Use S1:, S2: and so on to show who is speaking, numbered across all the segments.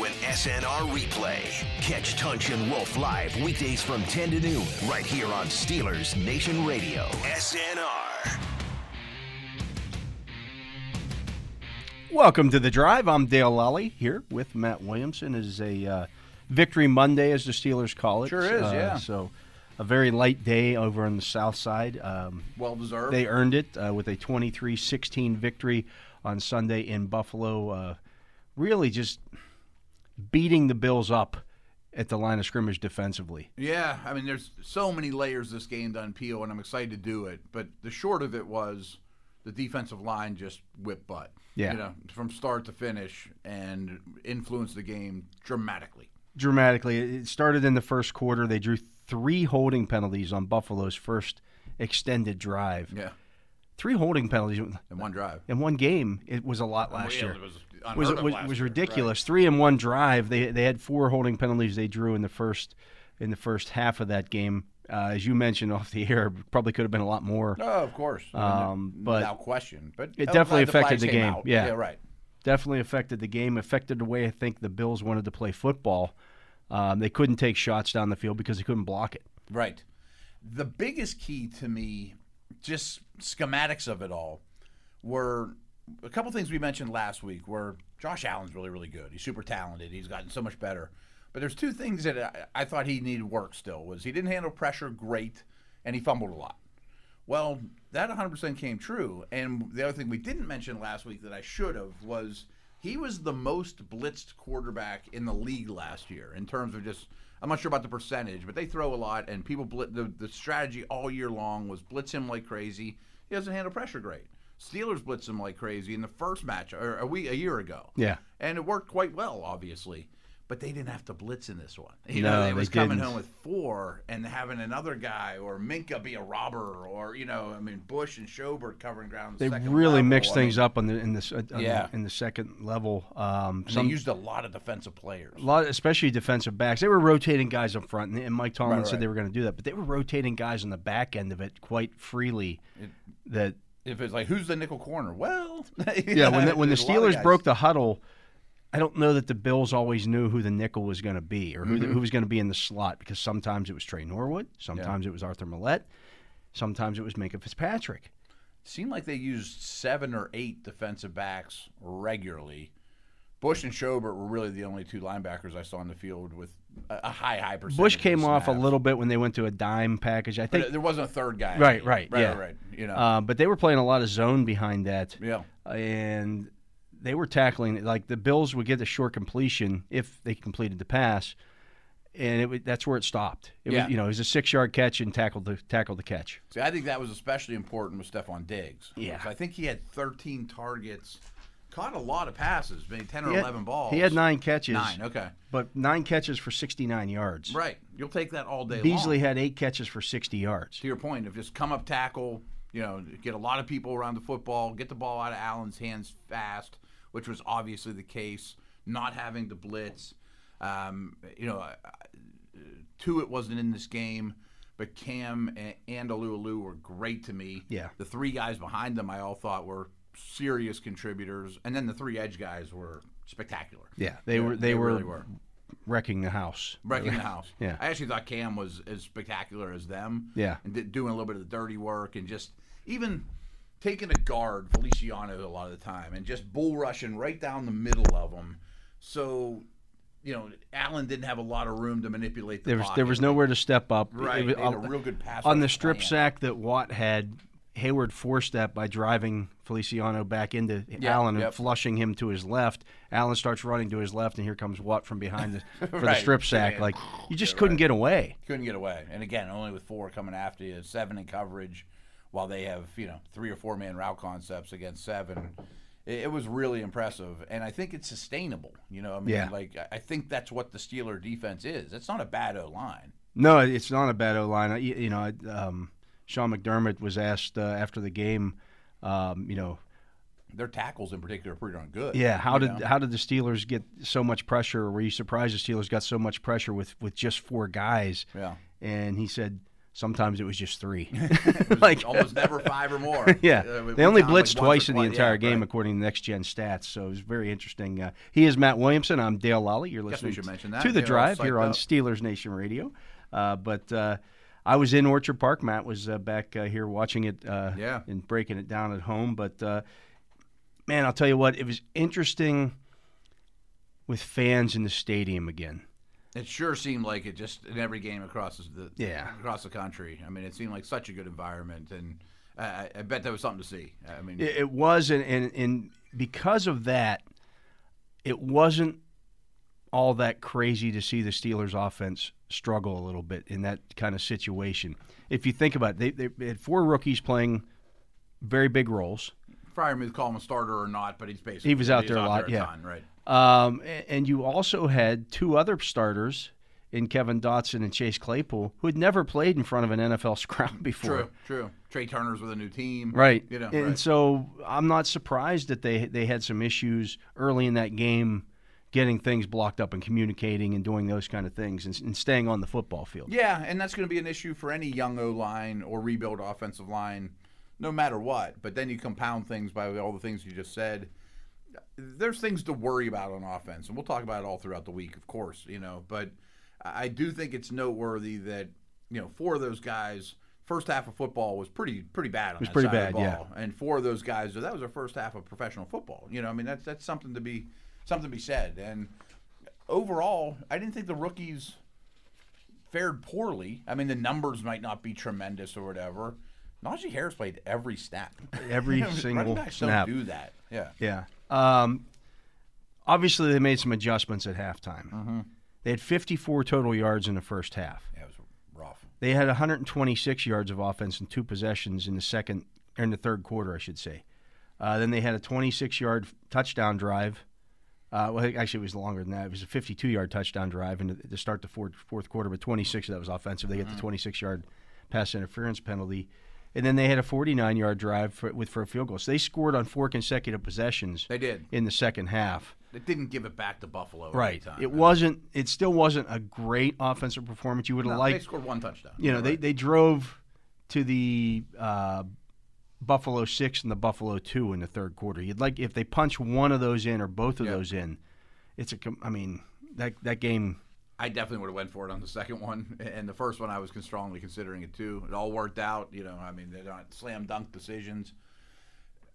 S1: SNR Replay. Catch Tunch and Wolf live weekdays from 10 to noon right here on Steelers Nation Radio. SNR.
S2: Welcome to the drive. I'm Dale Lally here with Matt Williamson. It is a uh, Victory Monday, as the Steelers call it.
S3: Sure is,
S2: Uh,
S3: yeah.
S2: So, a very light day over on the south side. Um,
S3: Well deserved.
S2: they earned it uh, with a 23-16 victory on Sunday in Buffalo. Uh, really, just beating the Bills up at the line of scrimmage defensively.
S3: yeah, I mean, there's so many layers this game to unpeel, and I'm excited to do it. But the short of it was the defensive line just whipped butt.
S2: Yeah.
S3: You know, from start to finish and influenced the game dramatically.
S2: dramatically. It started in the first quarter. They drew three holding penalties on Buffalo's first extended drive.
S3: Yeah.
S2: Three holding penalties
S3: In one drive.
S2: in one game. It was a lot last year.
S3: It was
S2: It was
S3: unheard of
S2: was,
S3: last
S2: was
S3: year.
S2: ridiculous. Three in one drive. They they had four holding penalties they drew in the first in the first half of that game. Uh, as you mentioned off the air, probably could have been a lot more.
S3: Oh, of course.
S2: Um, but-
S3: without question. But
S2: It
S3: I'm
S2: definitely
S3: glad
S2: affected
S3: flags
S2: the
S3: came
S2: game,
S3: out.
S2: yeah.
S3: Yeah. Right.
S2: definitely affected the game, affected the way I think the Bills wanted to play football. Um, they couldn't take shots down the field because they couldn't block it.
S3: Right. The biggest key to me, just schematics of it all, were a couple things we mentioned last week where Josh Allen's really, really good. He's super talented. He's gotten so much better. But there's two things that I, I thought he needed work still was he didn't handle pressure great and he fumbled a lot. Well, that 100% came true. And the other thing we didn't mention last week that I should have was he was the most blitzed quarterback in the league last year in terms of just, I'm not sure about the percentage, but they throw a lot, and people, blit, the, the strategy all year long was blitz him like crazy. He doesn't handle pressure great. Steelers blitz him like crazy in the first match, or a, week, a year ago.
S2: Yeah.
S3: And it worked quite well, obviously. But they didn't have to blitz in this one. You
S2: No,
S3: know, they
S2: they
S3: was coming
S2: didn't.
S3: home with four and having another guy or Minka be a robber or you know, I mean Bush and Schobert covering ground.
S2: They really mixed things up on the in this on
S3: Yeah.
S2: the, in the second level. Um,
S3: And they
S2: some
S3: used a lot of defensive players.
S2: a lot, especially defensive backs. They were rotating guys up front, and, and Mike Tomlin
S3: Right,
S2: said they
S3: right.
S2: were going to do that, but they were rotating guys on the back end of it quite freely. that
S3: If it's like who's the nickel corner? Well,
S2: yeah, when the, when the
S3: there's a lot of
S2: Steelers
S3: guys.
S2: broke the huddle, I don't know that the Bills always knew who the nickel was going to be or who,
S3: Mm-hmm.
S2: the, who was going to be in the slot because sometimes it was Trey Norwood, sometimes it was Arthur Millette, sometimes it was Minka Fitzpatrick.
S3: seemed like they used seven or eight defensive backs regularly. Bush and Schobert were really the only two linebackers I saw on the field with a, a high, high percentage.
S2: Bush
S3: of
S2: came off a
S3: snaps.
S2: little bit when they went to a dime package. I think
S3: But there wasn't a third guy.
S2: Right, right,
S3: right,
S2: yeah.
S3: right, right. You know,
S2: Uh, but they were playing a lot of zone behind that,
S3: yeah.
S2: and they were tackling it. Like the Bills would get a short completion if they completed the pass, and it would, that's where it stopped. It
S3: Yeah.
S2: was, you know, it was a six-yard catch and tackled the tackled the catch.
S3: See, I think that was especially important with Stephon Diggs.
S2: Yeah.
S3: So I think he had 13 targets, caught a lot of passes, maybe 10 or
S2: He had-
S3: 11 balls.
S2: He had nine catches,
S3: Nine, okay.
S2: but nine catches for 69 yards.
S3: Right. You'll take that all day
S2: Beasley
S3: long.
S2: had eight catches for 60 yards.
S3: To your point of just come up tackle, you know, get a lot of people around the football, get the ball out of Allen's hands fast, which was obviously the case, not having to blitz. Um, you know, I- I- two, it wasn't in this game, but Cam and, and Alualu were great to me.
S2: Yeah.
S3: The three guys behind them, I all thought were serious contributors, and then the three edge guys were spectacular.
S2: Yeah, they were they, were,
S3: really were
S2: wrecking the house.
S3: wrecking the house.
S2: Yeah.
S3: I actually thought Cam was as spectacular as them.
S2: Yeah.
S3: and did, doing a little bit of the dirty work and just even taking a guard Feliciano a lot of the time and just bull rushing right down the middle of them. So, you know, Allen didn't have a lot of room to manipulate the
S2: There was
S3: pocket.
S2: there was nowhere to step up. It
S3: right.
S2: was-
S3: They had a real good pass
S2: on
S3: rush
S2: the strip
S3: plan.
S2: sack that Watt had, Hayward forced that by driving Feliciano back into Allen and
S3: yep.
S2: flushing him to his left. Allen starts running to his left, and here comes Watt from behind the, for the
S3: Right.
S2: strip sack.
S3: Yeah.
S2: Like you just couldn't get away.
S3: Couldn't get away. And again, only with four coming after you, seven in coverage, while they have, you know, three or four man route concepts against seven. It, it was really impressive. And I think it's sustainable. You know, I mean,
S2: Yeah.
S3: like, I- I think that's what the Steeler defense is. It's not a bad O line.
S2: No, it's not a bad O line. You, you know, I- um, Sean McDermott was asked uh, after the game, um, you know,
S3: Their tackles in particular are pretty darn good.
S2: yeah, how
S3: you
S2: did
S3: know?
S2: how did the Steelers get so much pressure? Or were you surprised the Steelers got so much pressure with with just four guys?
S3: Yeah.
S2: and he said Sometimes it was just three.
S3: It was
S2: like
S3: almost never five or more.
S2: Yeah,
S3: Uh, one
S2: they only
S3: time, like,
S2: blitzed
S3: once or
S2: twice in the
S3: twice. Yeah,
S2: entire game,
S3: right.
S2: according to Next Gen Stats. So it was very interesting. Uh, he is Matt Williamson. I'm Dale Lally. You're
S3: Guess we
S2: listening
S3: should
S2: t-
S3: mention that.
S2: to the
S3: They're all
S2: Drive
S3: psyched
S2: here on
S3: up.
S2: Steelers Nation Radio. Uh, but uh, I was in Orchard Park. Matt was uh, back uh, here watching it. Uh,
S3: Yeah.
S2: and breaking it down at home. But uh, man, I'll tell you what, it was interesting with fans in the stadium again.
S3: It sure seemed like it just in every game across the
S2: Yeah.
S3: across the country. I mean, it seemed like such a good environment, and I, I- I bet that was something to see. I mean,
S2: It, it was, and, and and because of that, it wasn't all that crazy to see the Steelers' offense struggle a little bit in that kind of situation. If you think about it, they, they had four rookies playing very big roles.
S3: Fryermuth call him a starter or not, but he's basically
S2: He was out
S3: he's
S2: there a lot, yeah.
S3: ton, right.
S2: Um, a- and you also had two other starters in Kevin Dotson and Chase Claypool who had never played in front of an NFL scrum before.
S3: True, true. Trey Turner's with a new team,
S2: Right.
S3: You know,
S2: and
S3: right.
S2: so I'm not surprised that they they had some issues early in that game getting things blocked up and communicating and doing those kind of things and, and staying on the football field.
S3: yeah, and that's going to be an issue for any young O line or rebuild offensive line, no matter what. But then you compound things by all the things you just said. there's things to worry about on offense, and we'll talk about it all throughout the week, of course, you know. But I I do think it's noteworthy that you know four of those guys, first half of football was pretty pretty bad. On it
S2: was pretty
S3: of the
S2: bad, yeah.
S3: ball. And four of those guys, that was their first half of professional football. You know, I mean that's that's something to be something to be said. And overall, I didn't think the rookies fared poorly. I mean, the numbers might not be tremendous or whatever. Najee Harris played every snap.
S2: Every
S3: Running
S2: single
S3: backs
S2: snap.
S3: Don't do that. Yeah.
S2: Yeah. Um, obviously, they made some adjustments at halftime.
S3: Mm-hmm.
S2: They had 54 total yards in the first half.
S3: That was rough.
S2: They had 126 yards of offense and two possessions in the second or in the third quarter, I should say. Uh, then they had a 26-yard touchdown drive. Uh, well, actually, it was longer than that. It was a 52-yard touchdown drive and to start the fourth, fourth quarter, but 26 of that was offensive. They
S3: Mm-hmm.
S2: got the 26-yard pass interference penalty, and then they had a 49-yard drive for, with for a field goal. So they scored on four consecutive possessions
S3: They did.
S2: in the second half.
S3: They didn't give it back to Buffalo. at any time.
S2: It wasn't. It still wasn't a great offensive performance. You would have
S3: No,
S2: liked
S3: they scored one touchdown.
S2: you know, they, they drove to the uh, Buffalo six and the Buffalo two in the third quarter. You'd like if they punch one of those in or both of
S3: Yeah.
S2: those in, it's a. com- I mean, that that game.
S3: I definitely would have went for it on the second one, and the first one I was con- strongly considering it too. It all worked out. You know, I mean, they're not slam dunk decisions.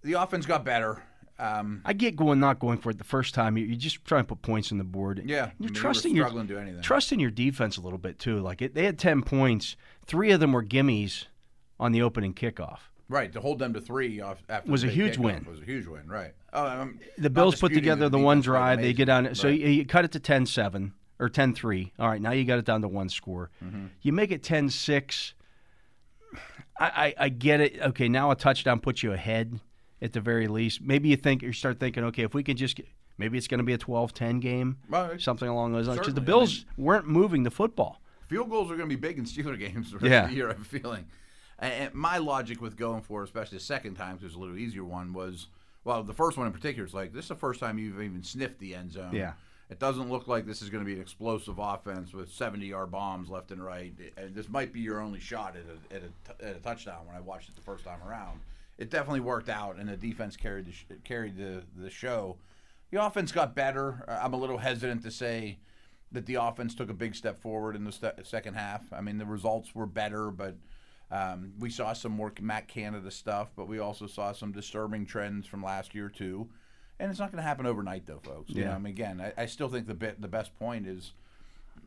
S3: The offense got better. Um,
S2: I get going, not going for it the first time. You, you just try and put points on the board.
S3: yeah, I
S2: you're
S3: mean, they were
S2: trusting your
S3: struggling to do anything.
S2: trusting your defense a little bit too. Like it, they had ten points, three of them were gimmies on the opening kickoff.
S3: right to hold them to three off after
S2: Was
S3: the
S2: a
S3: big
S2: huge
S3: kickoff
S2: win.
S3: Was a huge win, right? Oh, I'm
S2: the
S3: not
S2: Bills put
S3: disputing
S2: together
S3: that
S2: the one
S3: defense played
S2: drive. They
S3: amazing.
S2: get down. So
S3: Right.
S2: you, you cut it to 10-7 or 10-3. All right, now you got it down to one score.
S3: Mm-hmm.
S2: You make it 10-6. I, I, I get it. Okay, now a touchdown puts you ahead at the very least. Maybe you think you start thinking, okay, if we can just get, maybe it's going to be a 12-10 game,
S3: Well, it-
S2: something along those lines. Because the
S3: certainly, I
S2: Bills weren't moving the football.
S3: Field goals are going to be big in Steeler games the rest
S2: Yeah.
S3: of the year. I'm feeling. And- And my logic with going for, especially the second time, because it was a little easier one, was well, the first one in particular is like this is the first time you've even sniffed the end zone.
S2: Yeah.
S3: It doesn't look like this is going to be an explosive offense with 70-yard bombs left and right. And this might be your only shot at a, at a, t- at a touchdown. When I watched it the first time around, it definitely worked out, and the defense carried the sh- carried the the show. The offense got better. Uh, I'm a little hesitant to say that the offense took a big step forward in the st- second half. I mean, the results were better, but um, we saw some more Matt Canada stuff, but we also saw some disturbing trends from last year too. And it's not going to happen overnight, though, folks. You know, I mean, again, I, I still think the bit, the best point is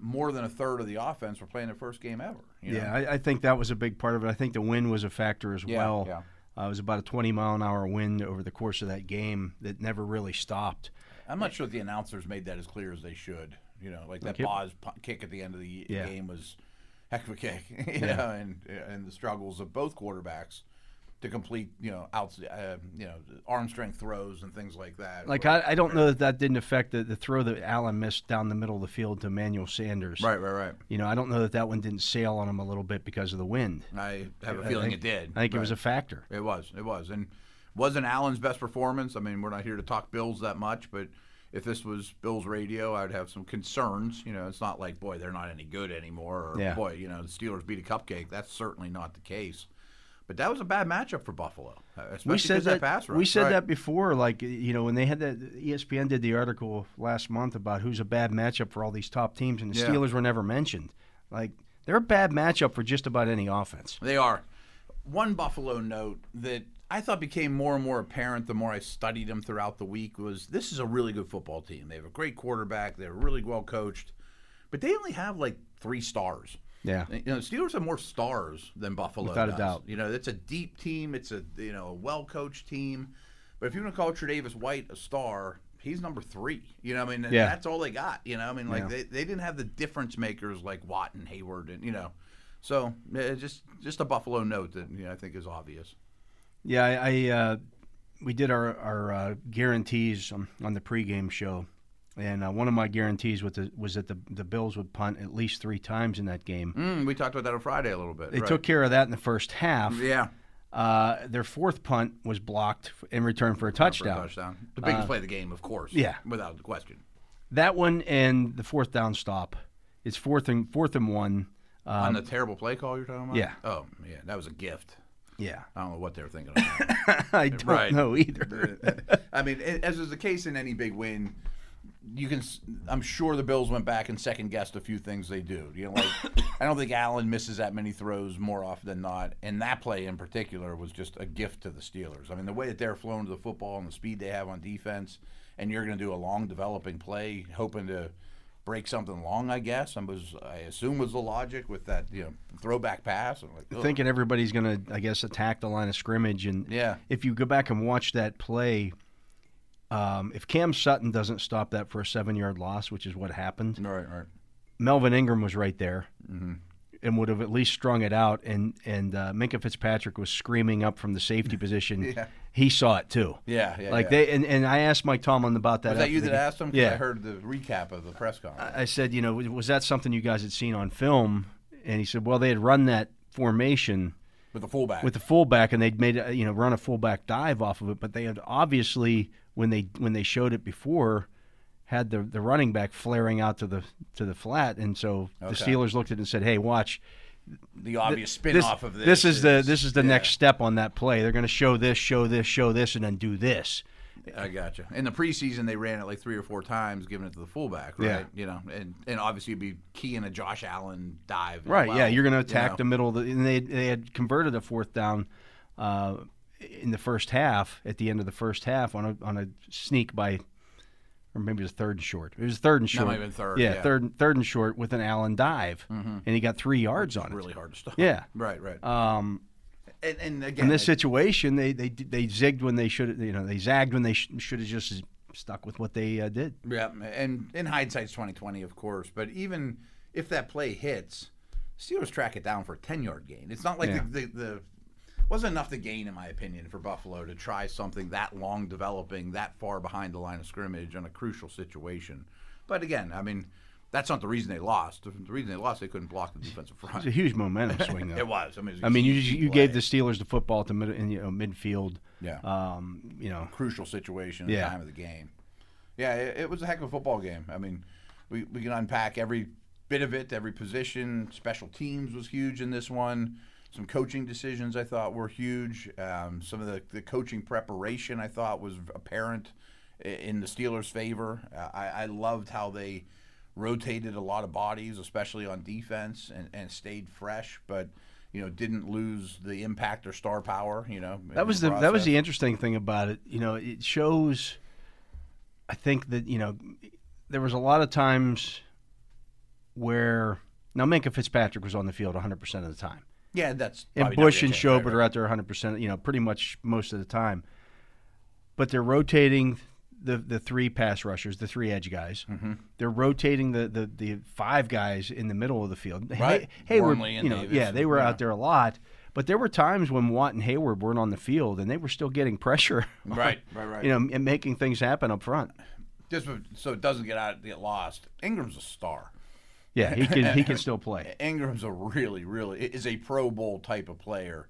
S3: more than a third of the offense were playing their first game ever. You
S2: Yeah,
S3: know?
S2: I, I think that was a big part of it. I think the wind was a factor as
S3: Yeah,
S2: well.
S3: yeah.
S2: Uh, it was about a 20 mile an hour wind over the course of that game that never really stopped.
S3: I'm not sure the announcers made that as clear as they should. You know, like that
S2: it-
S3: pause pu- kick at the end of the
S2: Yeah.
S3: game was heck of a kick. You know, and and the struggles of both quarterbacks to complete you know out uh, you know arm strength throws and things like that.
S2: Like I, I don't know that that didn't affect the, the throw that Allen missed down the middle of the field to Emmanuel Sanders.
S3: right, right, right.
S2: You know, I don't know that that one didn't sail on him a little bit because of the wind.
S3: I have a feeling it did.
S2: I think it was a factor.
S3: It was. It was. And wasn't Allen's best performance. I mean, we're not here to talk Bills that much, but if this was Bills radio, I'd have some concerns. You know, it's not like boy they're not any good anymore, or
S2: Yeah.
S3: boy you know the Steelers beat a cupcake. That's certainly not the case. But that was a bad matchup for Buffalo, uh, especially
S2: we said
S3: 'cause that,
S2: that,
S3: pass rush.
S2: we said
S3: Right.
S2: that before like you know when they had that E espn did the article last month about who's a bad matchup for all these top teams and the
S3: Yeah.
S2: steelers were never mentioned like they're a bad matchup for just about any offense
S3: They are. One Buffalo note that I thought became more and more apparent the more I studied them throughout the week was this is a really good football team. They have a great quarterback. They're really well coached, but they only have like three stars.
S2: yeah
S3: You know, Steelers have more stars than Buffalo.
S2: Without a
S3: does.
S2: doubt.
S3: You know, it's a deep team. It's a you know a well coached team. But if you want to call Tre'Davious White a star, he's number three. You know, I mean, and
S2: Yeah.
S3: that's all they got. You know, I mean, like
S2: Yeah.
S3: they, they didn't have the difference makers like Watt and Hayward, and you know, so eh, just just a Buffalo note that you know I think is obvious.
S2: Yeah, I, I uh, we did our our uh, guarantees on, on the pregame show, and uh, one of my guarantees with the, was that the the Bills would punt at least three times in that game.
S3: Mm, we talked about that on Friday a little bit.
S2: They
S3: right.
S2: took care of that in the first half.
S3: yeah
S2: Uh, their fourth punt was blocked f- in return for a
S3: for a
S2: touchdown.
S3: touchdown. The biggest play of the game, of course.
S2: Uh, yeah.
S3: without question.
S2: That one and the fourth down stop. It's fourth and fourth and one. Uh,
S3: On the terrible play call you're talking about.
S2: yeah.
S3: Oh yeah, that was a gift.
S2: yeah,
S3: I don't know what they were thinking. About.
S2: I don't
S3: Right.
S2: know either.
S3: I mean, a- as is the case in any big win, you can. s- I'm sure the Bills went back and second guessed a few things they do. You know, like I don't think Allen misses that many throws more often than not, and that play in particular was just a gift to the Steelers. I mean, the way that they're flowing to the football and the speed they have on defense, and you're going to do a long developing play, hoping to break something long. I guess I was, I assume, was the logic with that you know throwback pass. I'm like, ugh.
S2: thinking everybody's going to, I guess, attack the line of scrimmage. And
S3: Yeah.
S2: if you go back and watch that play, um, if Cam Sutton doesn't stop that for a seven yard loss, which is what happened,
S3: right, right.
S2: Melvin Ingram was right there
S3: Mm-hmm.
S2: and would have at least strung it out. And, and uh, Minka Fitzpatrick was screaming up from the safety position. He saw it too.
S3: Yeah, yeah.
S2: Like
S3: yeah.
S2: they and, and I asked Mike Tomlin about that.
S3: Was that
S2: after
S3: you
S2: the
S3: that
S2: game.
S3: asked him? 'Cause
S2: Yeah,
S3: I heard the recap of the press conference.
S2: I said, you know, was that something you guys had seen on film? And he said, well, they had run that formation
S3: With the fullback.
S2: with the fullback, and they'd made a, you know run a fullback dive off of it. But they had obviously when they when they showed it before had the the running back flaring out to the to the flat, and so the
S3: Okay.
S2: Steelers looked at it and said, "Hey, watch
S3: the obvious spin
S2: this.
S3: off of this.
S2: this is, the this is the next step on that play. They're going to show this, show this, show this, and then do this."
S3: I gotcha. In the preseason, they ran it like three or four times, giving it to the fullback, right?
S2: Yeah.
S3: You know, and, and obviously it'd be key in a Josh Allen dive. as
S2: Right? yeah,
S3: well,
S2: you're going to
S3: you
S2: attack
S3: know.
S2: the middle. Of the, and they they had converted a fourth down. Uh, in the first half, at the end of the first half, on a on a sneak by, or maybe it was third and short. It was third and short.
S3: might have been third,
S2: Yeah,
S3: yeah. Mm-hmm.
S2: third and- third and short with an Allen dive, and he got three yards on it.
S3: Really hard to stop.
S2: Yeah.
S3: Right, right.
S2: Um,
S3: and, and again,
S2: in this situation, they they they zigged when they should, you know, they zagged when they sh- should have just stuck with what they uh, did.
S3: Yeah, and in hindsight's twenty twenty, of course. But even if that play hits, Steelers track it down for a ten yard gain. It's not like
S2: Yeah.
S3: the, the the wasn't enough to gain, in my opinion, for Buffalo to try something that long, developing that far behind the line of scrimmage on a crucial situation. But again, I mean, that's not the reason they lost. The reason they lost, they couldn't block the defensive front.
S2: It's a huge momentum swing, though.
S3: It was. I mean, it was a
S2: I mean, you
S3: huge
S2: you
S3: play.
S2: gave the Steelers the football to mid, in, you know, midfield.
S3: Yeah.
S2: Um, you know,
S3: crucial situation at
S2: Yeah.
S3: the time of the game. Yeah, it, it was a heck of a football game. I mean, we, we can unpack every bit of it, every position. Special teams was huge in this one. Some coaching decisions I thought were huge. Um, some of the, the coaching preparation I thought was apparent i- in the Steelers' favor. Uh, I, I loved how they rotated a lot of bodies, especially on defense, and, and stayed fresh, but you know didn't lose the impact or star power. You know in
S2: That was the that
S3: process.
S2: was the interesting thing about it. You know, it shows. I think that you know, there was a lot of times where now Minka Fitzpatrick was on the field 100 percent of the time,
S3: Yeah, that's
S2: and
S3: probably not
S2: Bush
S3: gonna
S2: and
S3: change, right,
S2: Schobert are
S3: right.
S2: out there 100 percent. You know, pretty much most of the time, but they're rotating the the three pass rushers, the three edge guys. Mm-hmm. They're rotating the, the the five guys in the middle of the field.
S3: Right.
S2: Hey, Hayward,
S3: Wormley and
S2: you know,
S3: Davis
S2: yeah, they
S3: and-
S2: were
S3: yeah.
S2: out there a lot. But there were times when Watt and Hayward weren't on the field, and they were still getting pressure
S3: Right, right, right.
S2: you know, and making things happen up front.
S3: just so it doesn't get out get lost. Ingram's a star.
S2: Yeah, he can he can still play.
S3: Ingram's a really, really is a Pro Bowl type of player,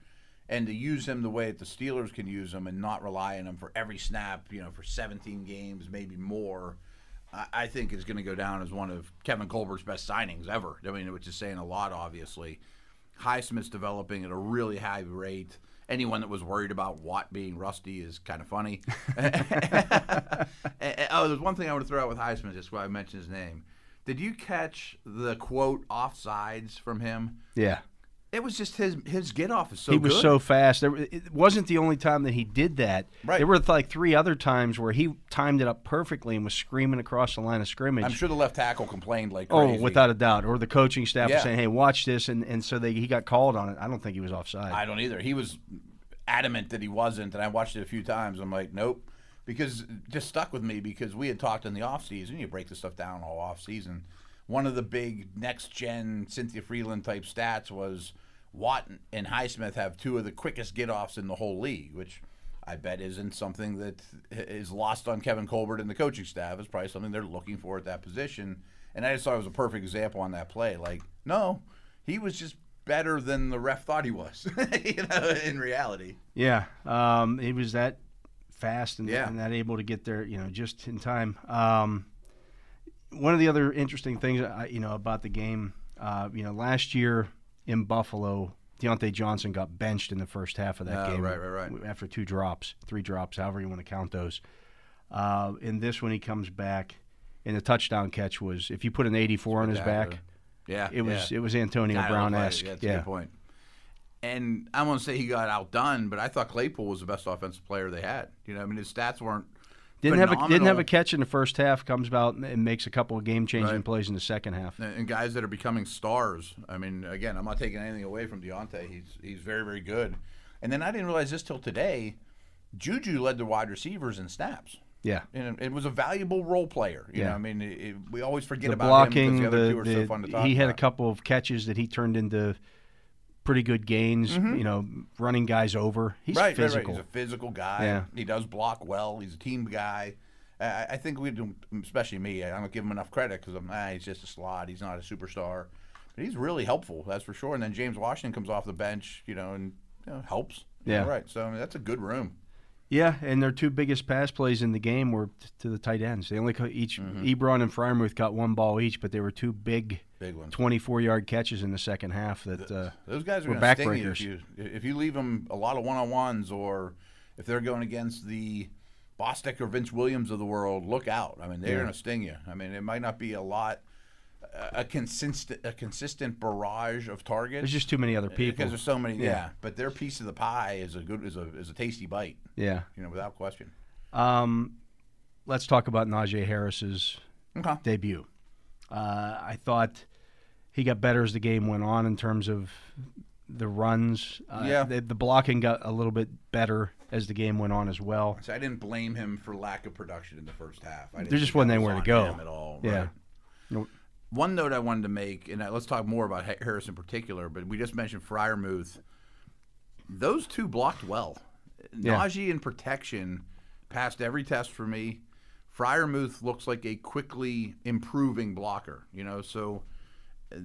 S3: and to use him the way that the Steelers can use him, and not rely on him for every snap, you know, for 17 games, maybe more. I, I think is going to go down as one of Kevin Colbert's best signings ever. I mean, which is saying a lot, obviously. Highsmith's developing at a really high rate. Anyone that was worried about Watt being rusty is kind of funny. And- and- oh, there's one thing I want to throw out with Highsmith, just why I mentioned his name. Did you catch the quote offsides from him?
S2: Yeah.
S3: It was just his his get off is so
S2: he was
S3: good.
S2: so fast. There, it wasn't the only time that he did that.
S3: Right.
S2: There were like three other times where he timed it up perfectly and was screaming across the line of scrimmage.
S3: I'm sure the left tackle complained like
S2: oh,
S3: crazy.
S2: without a doubt. Or the coaching staff was
S3: Yeah.
S2: saying, "Hey, watch this," and, and so they, he got called on it. I don't think he was offside.
S3: I don't either. He was adamant that he wasn't, and I watched it a few times. I'm like, nope, because it just stuck with me because we had talked in the off season. You break this stuff down all off season. One of the big next gen Cynthia Freeland type stats was Watt and Highsmith have two of the quickest get offs in the whole league, which I bet isn't something that is lost on Kevin Colbert and the coaching staff. It's probably something they're looking for at that position. And I just thought it was a perfect example on that play. Like, no, he was just better than the ref thought he was, you know, in reality.
S2: Yeah, um, he was that fast and,
S3: Yeah.
S2: and that able to get there, you know, just in time. Um, one of the other interesting things, I, you know, about the game, uh, you know, last year in Buffalo, Deontay Johnson got benched in the first half of that
S3: Oh,
S2: game,
S3: right, right, right.
S2: after two drops, three drops, however you want to count those. Uh, in this one, he comes back, and the touchdown catch was if you put an 84 on his back,
S3: Yeah.
S2: it was it was Antonio
S3: Kinda
S2: Brown
S3: looked
S2: esque.
S3: like it.
S2: yeah,
S3: That's a good point. And I won't say he got outdone, but I thought Claypool was the best offensive player they had. You know, I mean, his stats weren't.
S2: Didn't have a, didn't have
S3: phenomenal.
S2: a catch in the first half. Comes out and- and makes a couple of game changing
S3: Right.
S2: plays in the second half.
S3: and and guys that are becoming stars. I mean, again, I'm not taking anything away from Deontay. He's he's very very good. And then I didn't realize this till today. Juju led the wide receivers in snaps,
S2: Yeah,
S3: and it- it was a valuable role player. You know,
S2: Yeah.
S3: I mean, it, it- we always forget
S2: the
S3: about him
S2: blocking.
S3: because the other two
S2: The,
S3: are
S2: the-
S3: so fun to talk
S2: he had a
S3: about.
S2: couple of catches that he turned into pretty good gains. You know, running guys over. He's
S3: Mm-hmm. right, Right,
S2: physical.
S3: right. He's a physical guy.
S2: Yeah.
S3: He does block well. He's a team guy. I- I, I think we, do, especially me, I don't give him enough credit because I'm, ah, he's just a slot. He's not a superstar. But he's really helpful, that's for sure. And then James Washington comes off the bench, you know, and you know, helps. You know,
S2: Yeah.
S3: right. So I mean, that's a good room.
S2: Yeah, and their two biggest pass plays in the game were t- to the tight ends. They only co- each
S3: Mm-hmm.
S2: Ebron and Fryermuth got one ball each, but they were two big
S3: Big one.
S2: twenty four yard catches in the second half. That uh,
S3: Those guys are
S2: We're
S3: going to sting you if
S2: backbreakers.
S3: you if you leave them a lot of one on ones or if they're going against the Bostic or Vince Williams of the world. Look out! I mean, they're going to sting you. I mean, it might not be a lot a, a consistent a consistent barrage of
S2: there's
S3: targets
S2: just too many other people.
S3: because there's so many. Yeah.
S2: Yeah.
S3: but their piece of the pie is a good is a is a tasty bite.
S2: yeah.
S3: You know, without question.
S2: Um, let's talk about Najee Harris's
S3: Okay.
S2: debut. Uh, I thought he got better as the game went on in terms of the runs. Uh,
S3: Yeah.
S2: The, the blocking got a little bit better as the game went on as well.
S3: So I didn't blame him for lack of production in the first half. I didn't
S2: There just
S3: think that
S2: wasn't
S3: was
S2: anywhere to
S3: on
S2: go.
S3: him at all.
S2: Yeah.
S3: right. One note I wanted to make, and uh, let's talk more about Ha- Harris in particular, but we just mentioned Fryermuth. Those two blocked well.
S2: Yeah.
S3: Najee and protection passed every test for me. Fryermuth looks like a quickly improving blocker, you know, so uh,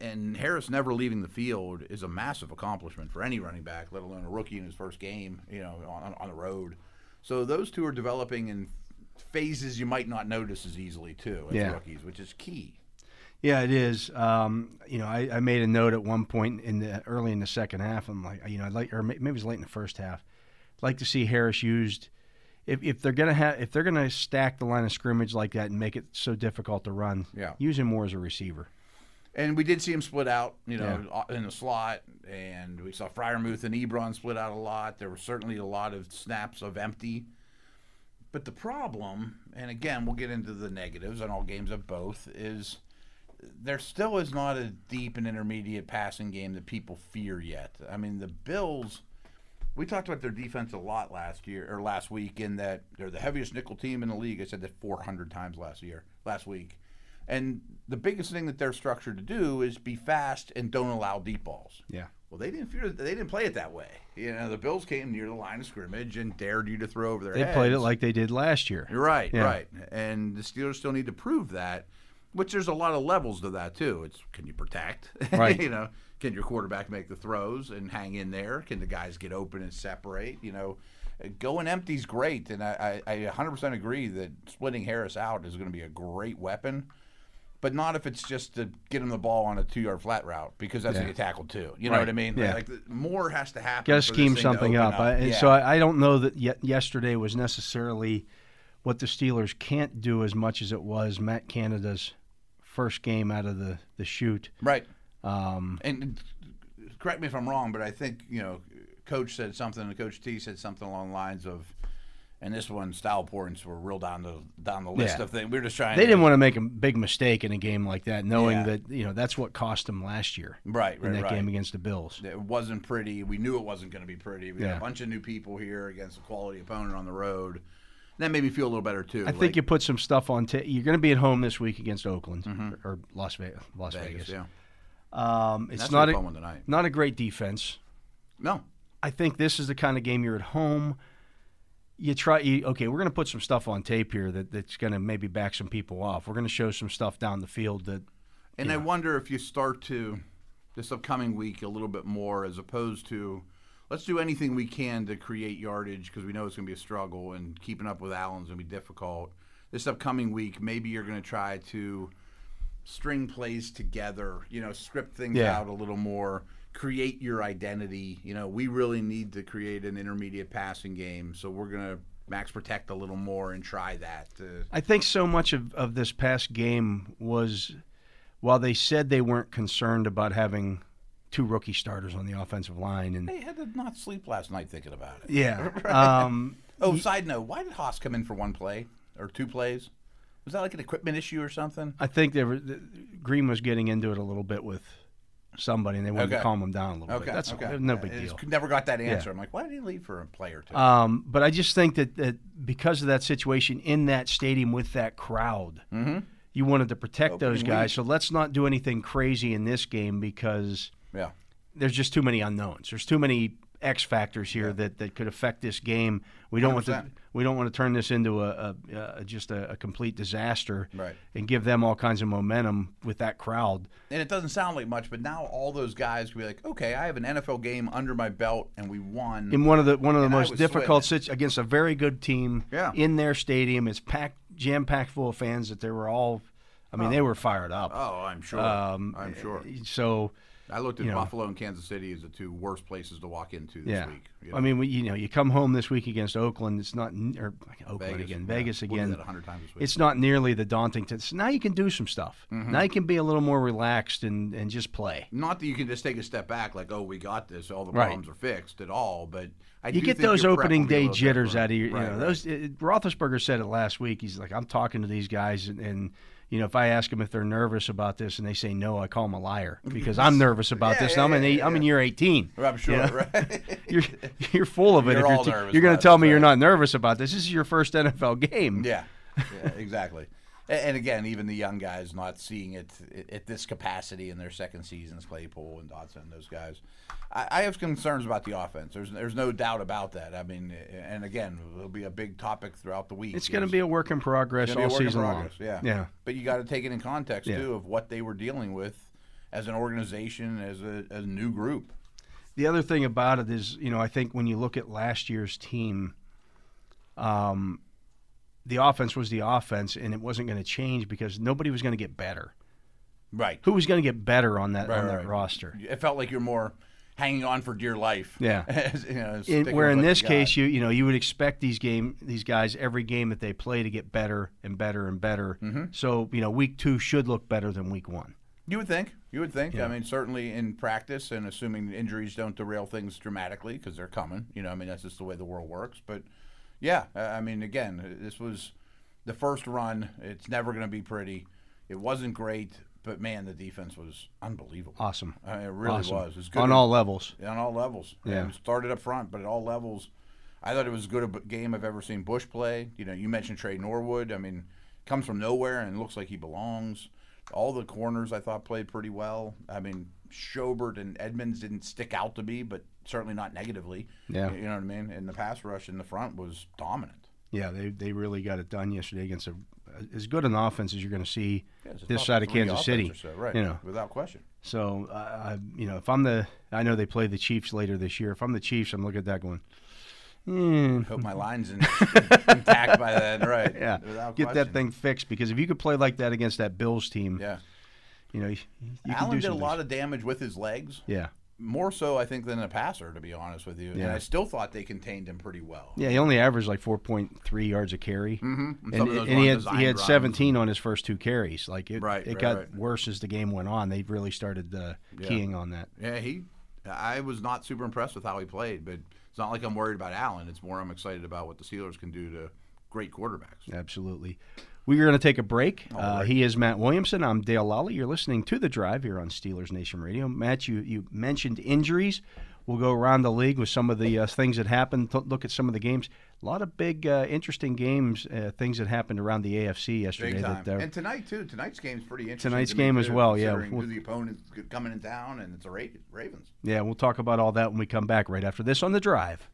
S3: and Harris never leaving the field is a massive accomplishment for any running back, let alone a rookie in his first game, you know, on, on the road. So those two are developing in phases you might not notice as easily too as
S2: Yeah.
S3: rookies, which is key.
S2: Yeah, it is. Um, you know, I, I made a note at one point in the early in the second half. I'm like, you know, I'd like, or may- maybe it was late in the first half. I'd like to see Harris used. If, if they're gonna have, if they're gonna stack the line of scrimmage like that and make it so difficult to run,
S3: Yeah.
S2: use him more as a receiver.
S3: And we did see him split out, you know, uh, in the slot, and we saw Fryermuth and Ebron split out a lot. There were certainly a lot of snaps of empty. But the problem, and again, we'll get into the negatives on all games of both, is there still is not a deep and intermediate passing game that people fear yet. I mean, the Bills, we talked about their defense a lot last year or last week in that they're the heaviest nickel team in the league. I said that 400 times last year, last week. And the biggest thing that they're structured to do is be fast and don't allow deep balls.
S2: Yeah.
S3: Well, they didn't fear, they didn't play it that way. You know, the Bills came near the line of scrimmage and dared you to throw over their
S2: They
S3: heads.
S2: played it like they did last year.
S3: You're right,
S2: Yeah.
S3: right. And the Steelers still need to prove that, which there's a lot of levels to that too. It's can you protect?
S2: Right.
S3: you know, can your quarterback make the throws and hang in there? Can the guys get open and separate? You know, Going empty's great, and I, I, I 100% agree that splitting Harris out is going to be a great weapon, but not if it's just to get him the ball on a two-yard flat route because that's going to get tackled too. You know
S2: Right.
S3: what I mean?
S2: Yeah.
S3: Like, like, more has to happen.
S2: Got to
S3: for this
S2: scheme
S3: thing
S2: something
S3: open
S2: up. I, and
S3: Yeah.
S2: So I, I don't know that yet yesterday was necessarily what the Steelers can't do as much as it was Matt Canada's first game out of the, the shoot.
S3: Right. Um, and and correct me if I'm wrong, but I think you know, Coach said something, and Coach T said something along the lines of, and this one style points were real down the down the list
S2: Yeah.
S3: of things. We were just trying.
S2: They
S3: to,
S2: didn't want to make a big mistake in a game like that, knowing
S3: Yeah.
S2: that you know that's what cost them last year
S3: right,
S2: in
S3: right,
S2: that
S3: right.
S2: game against the Bills.
S3: It wasn't pretty. We knew it wasn't going to be pretty. We got
S2: Yeah.
S3: a bunch of new people here against a quality opponent on the road. That made me feel a little better too.
S2: I think you put some stuff on. T- you're going to be at home this week against Oakland or, or Las Vegas. Las Vegas.
S3: Mm-hmm. Vegas, yeah.
S2: Um, it's
S3: That's
S2: not
S3: not a fun
S2: a
S3: one tonight.
S2: not a great defense.
S3: No,
S2: I think this is the kind of game you're at home. You try. You, okay, we're going to put some stuff on tape here that, that's going to maybe back some people off. We're going to show some stuff down the field that
S3: And I wonder if you start to this upcoming week a little bit more as opposed to let's do anything we can to create yardage because we know it's going to be a struggle and keeping up with Allen's going to be difficult. This upcoming week, maybe you're going to try to string plays together, you know, script things
S2: Yeah.
S3: out a little more, create your identity. You know, we really need to create an intermediate passing game, so we're going to max protect a little more and try that. To,
S2: I think so much of, of this past game was while they said they weren't concerned about having two rookie starters on the offensive line and
S3: they had to not sleep last night thinking about it.
S2: yeah um,
S3: Oh, side note, why did Haas come in for one play or two plays? Was that like an equipment issue or something?
S2: I think they were the, Green was getting into it a little bit with somebody and they wanted to
S3: Okay.
S2: calm him down a little bit. That's no big
S3: I
S2: deal.
S3: just Never got that answer. I'm like, why did he leave for a play or two?
S2: Um, but I just think that, that because of that situation in that stadium with that crowd, you wanted to protect those guys. So let's not do anything crazy in this game because
S3: yeah,
S2: there's just too many unknowns. There's too many X factors here that, that could affect this game. We don't want to
S3: 100%.
S2: we don't want to turn this into a, a, a just a, a complete disaster
S3: Right.
S2: and give them all kinds of momentum with that crowd.
S3: and it doesn't sound like much, but now all those guys can be like, okay, I have an NFL game under my belt and we won.
S2: in one of the one of the
S3: And I
S2: most
S3: was
S2: difficult situations against a very good team
S3: Yeah.
S2: in their stadium. It's packed, jam packed full of fans that they were all. I mean, they were fired up.
S3: oh, I'm sure. I'm sure.
S2: So
S3: I looked at
S2: Um, eh, you know.
S3: Buffalo and Kansas City as the two worst places to walk into this
S2: yeah,
S3: week.
S2: I mean, we, you know, you come home this week against Oakland. It's not n- or Oakland again, Vegas
S3: We'll do
S2: again.
S3: that 100 times this week.
S2: It's not nearly the daunting. To, so now you can do some stuff.
S3: Mm-hmm.
S2: Now you can be a little more relaxed and and just play.
S3: not that you can just take a step back, like, oh, we got this, all the
S2: Right.
S3: problems are fixed at all, but I
S2: You
S3: do
S2: get
S3: think
S2: those
S3: your prep
S2: opening
S3: will be a
S2: day
S3: little
S2: jitters
S3: different.
S2: out of your,
S3: Right,
S2: you know,
S3: right.
S2: those. It, it- Roethlisberger said it last week. He's like, I'm talking to these guys, and, and you know, if I ask them if they're nervous about this, and they say no, I call them a liar because I'm nervous about
S3: Yeah,
S2: this.
S3: yeah,
S2: and I'm in,
S3: yeah, yeah,
S2: I'm in year 18.
S3: I'm sure,
S2: You know?
S3: right?
S2: You're, you're full of it.
S3: You're
S2: if you're,
S3: all
S2: t-
S3: nervous
S2: you're going to
S3: about
S2: tell
S3: it,
S2: me you're
S3: right.
S2: not nervous about this. This is your first NFL game.
S3: yeah, yeah, exactly. A- And again, even the young guys not seeing it i- at this capacity in their second seasons, Claypool and Dodson, those guys. I, I have concerns about the offense. There's there's no doubt about that. I mean, a- and again, it'll be a big topic throughout the week.
S2: It's going
S3: is-
S2: to be a work in progress
S3: It's gonna
S2: all
S3: be a work in
S2: season
S3: progress,
S2: long.
S3: Yeah.
S2: Yeah.
S3: But you got to take it in context
S2: Yeah.
S3: too of what they were dealing with as an organization, as a, as a new group.
S2: The other thing about it is, you know, I think when you look at last year's team, um, the offense was the offense, and it wasn't going to change because nobody was going to get better.
S3: Right.
S2: Who was going to get better on that
S3: Right,
S2: on that
S3: right, right.
S2: roster?
S3: It felt like you're more hanging on for dear life.
S2: Yeah.
S3: As, you know,
S2: In,
S3: sticking
S2: where
S3: with
S2: in
S3: what
S2: this
S3: you got.
S2: case, you you know, you would expect these game these guys every game that they play to get better and better and better.
S3: Mm-hmm.
S2: So you know, week two should look better than week one.
S3: you would think, you would think. I mean, certainly in practice, and assuming injuries don't derail things dramatically because they're coming. You know, I mean, that's just the way the world works. But yeah, I I mean, again, this was the first run. It's never going to be pretty. It wasn't great, but man, the defense was unbelievable.
S2: Awesome.
S3: I mean, Uh, it really
S2: Awesome.
S3: was. It was good
S2: on
S3: to-
S2: all levels.
S3: on all levels.
S2: Yeah.
S3: Yeah, and started up front, but at all levels, I thought it was as good a b- game I've ever seen Bush play. You know, you mentioned Trey Norwood. I mean, comes from nowhere and looks like he belongs. All the corners I thought played pretty well. I mean, Schobert and Edmonds didn't stick out to me, but certainly not negatively.
S2: Yeah.
S3: you know what I mean. And the pass rush in the front was dominant.
S2: Yeah, they, they really got it done yesterday against a, as good an offense as you're going to see
S3: Yeah, it's a
S2: this
S3: top
S2: side of
S3: three
S2: Kansas
S3: offense
S2: City.
S3: or so, right?
S2: You know,
S3: without question.
S2: so I, I you know if I'm the I know they play the Chiefs later this year. If I'm the Chiefs, I'm looking at that going, "Hmm,
S3: Hope my line's in, intact by then, right?
S2: Yeah,
S3: Without
S2: get
S3: question.
S2: that thing fixed because if you could play like that against that Bills team,
S3: Yeah.
S2: you know, you, you can
S3: Allen
S2: do
S3: did a
S2: some
S3: lot
S2: things.
S3: of damage with his legs,
S2: yeah,
S3: more so I think than a passer, to be honest with you. And
S2: Yeah.
S3: I still thought they contained him pretty well.
S2: yeah. He only averaged like four point three yards a carry, mm-hmm. and,
S3: some of those
S2: and he
S3: weren't
S2: had
S3: designed
S2: he had
S3: runs.
S2: seventeen on his first two carries. Like it,
S3: Right,
S2: it
S3: right,
S2: got
S3: right.
S2: worse as the game went on. They really started uh, keying on that.
S3: Yeah, he. I was not super impressed with how he played, but it's not like I'm worried about Allen. It's more I'm excited about what the Steelers can do to great quarterbacks.
S2: Absolutely. We are going to take a break. Uh, he is Matt Williamson. I'm Dale Lally. You're listening to The Drive here on Steelers Nation Radio. Matt, you, you mentioned injuries. We'll go around the league with some of the uh, things that happened, t- look at some of the games. A lot of big, uh, interesting games, uh, things that happened around the AFC yesterday.
S3: Big time.
S2: That, uh,
S3: and tonight too. Tonight's game's pretty interesting.
S2: Tonight's
S3: to me,
S2: game as
S3: too,
S2: well, yeah.
S3: considering
S2: We'll-
S3: Who the opponent's coming in town, and it's a Ra- Ravens.
S2: yeah, we'll talk about all that when we come back right after this on The Drive.